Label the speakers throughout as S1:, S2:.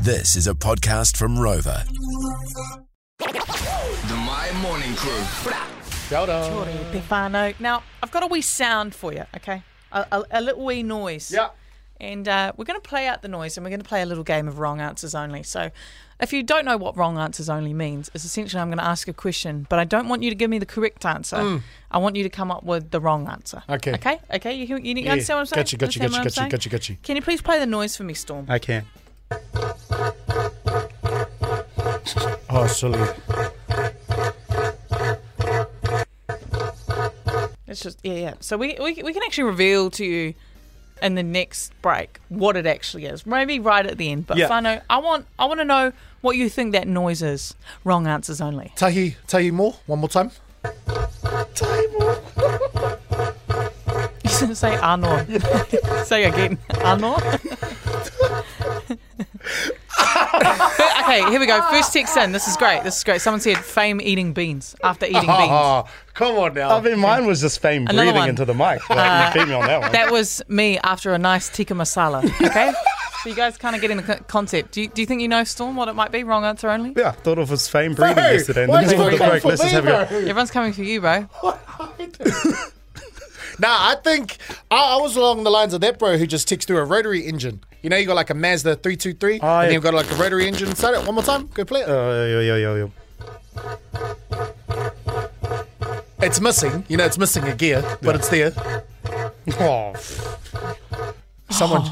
S1: This is a podcast from Rover.
S2: The My Morning Crew.
S3: Jordi Pifano. Now, I've got a wee sound for you, okay? A, a, a little wee noise. Yeah. And uh, we're going to play out the noise and we're going to play a little game of wrong answers only. So, if you don't know what wrong answers only means, it's essentially I'm going to ask a question, but I don't want you to give me the correct answer. I want you to come up with the wrong answer.
S4: Mm. Okay.
S3: Okay? Okay? You, you, you
S4: Eh,
S3: understand what I'm saying?
S4: Gotcha, gotcha, gotcha,
S3: Understand what I'm
S4: gotcha, gotcha,
S3: saying?
S4: gotcha.
S3: Can you please play the noise for me, Storm?
S4: I can. Oh, silly.
S3: It's just yeah, yeah. So we, we we can actually reveal to you in the next break what it actually is. Maybe right at the end. But
S4: Yeah.
S3: Fano, I want I want to know what you think that noise is. Wrong answers only.
S4: Tahi, tahi more. One more time. Tahi more.
S3: You should say Arnor. say again. Arnor. okay, here we go. First text in. This is great. This is great. Someone said fame eating beans after eating beans.
S4: Oh, come on now.
S5: I mean, mine was just fame
S3: Another
S5: breathing
S3: one.
S5: into the mic. Like, you beat me on that one.
S3: That was me after a nice tikka masala. Okay. So you guys kind of getting the co- concept. Do you, do you think you know Storm what it might be? Wrong answer only.
S5: yeah, I thought it was fame breathing
S4: Hey,
S5: yesterday. And
S4: why is
S5: then before
S4: it
S5: the
S4: coming
S5: break,
S4: for
S5: let's just
S4: me,
S5: have a go.
S4: bro?
S3: Everyone's coming for you, bro.
S4: Nah, I think I, I was along the lines of that bro who just texted through a rotary engine. You know, you got like a Mazda 323,
S5: Oh,
S4: and then
S5: yeah.
S4: you've got like a rotary engine inside it. One more time, go play it.
S5: Uh, yo, yo, yo, yo.
S4: It's missing. You know, it's missing a gear, but it's there.
S5: Oh,
S4: Someone.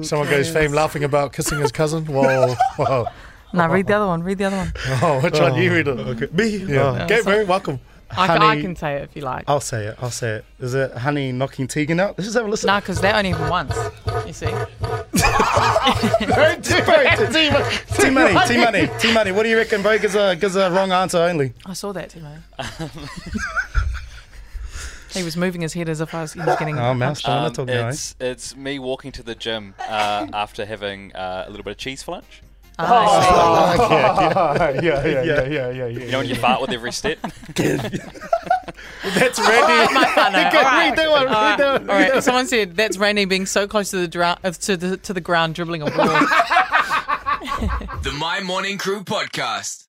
S4: Someone goes fame laughing about kissing his cousin. Whoa, whoa.
S3: No, read the other one. Read the other one.
S5: oh which one? You read it. Okay. Me? Yeah.
S4: Okay, bro, welcome.
S3: I, ca- I
S5: Honey- Oh.
S3: can say it if you like.
S5: I'll say it. I'll say it. Is it Honey knocking Tegan out? Let's just have a listen.
S3: No, because that only happened once. You see.
S5: T Money, T Money, T Money. What do you reckon, bro? Gives a, gives a wrong answer only.
S3: I saw that too, man. he was moving his head as if I was, he was getting.
S5: Oh, mouse down.
S6: Um,
S5: I'm talking eh?
S6: it's, it's me walking to the gym uh, after having uh, a little bit of cheese for lunch.
S3: Ah,
S4: yeah, yeah,
S5: yeah,
S4: yeah, yeah,
S6: You know when you fart with every step?
S4: That's ready.
S3: my fun. All right.
S4: Read that one.
S3: All
S4: Read
S3: right.
S4: that one.
S3: All right. Someone said that's Randy being so close to the dra- uh, to the to the ground, dribbling a ball.
S2: The My Morning Crew podcast.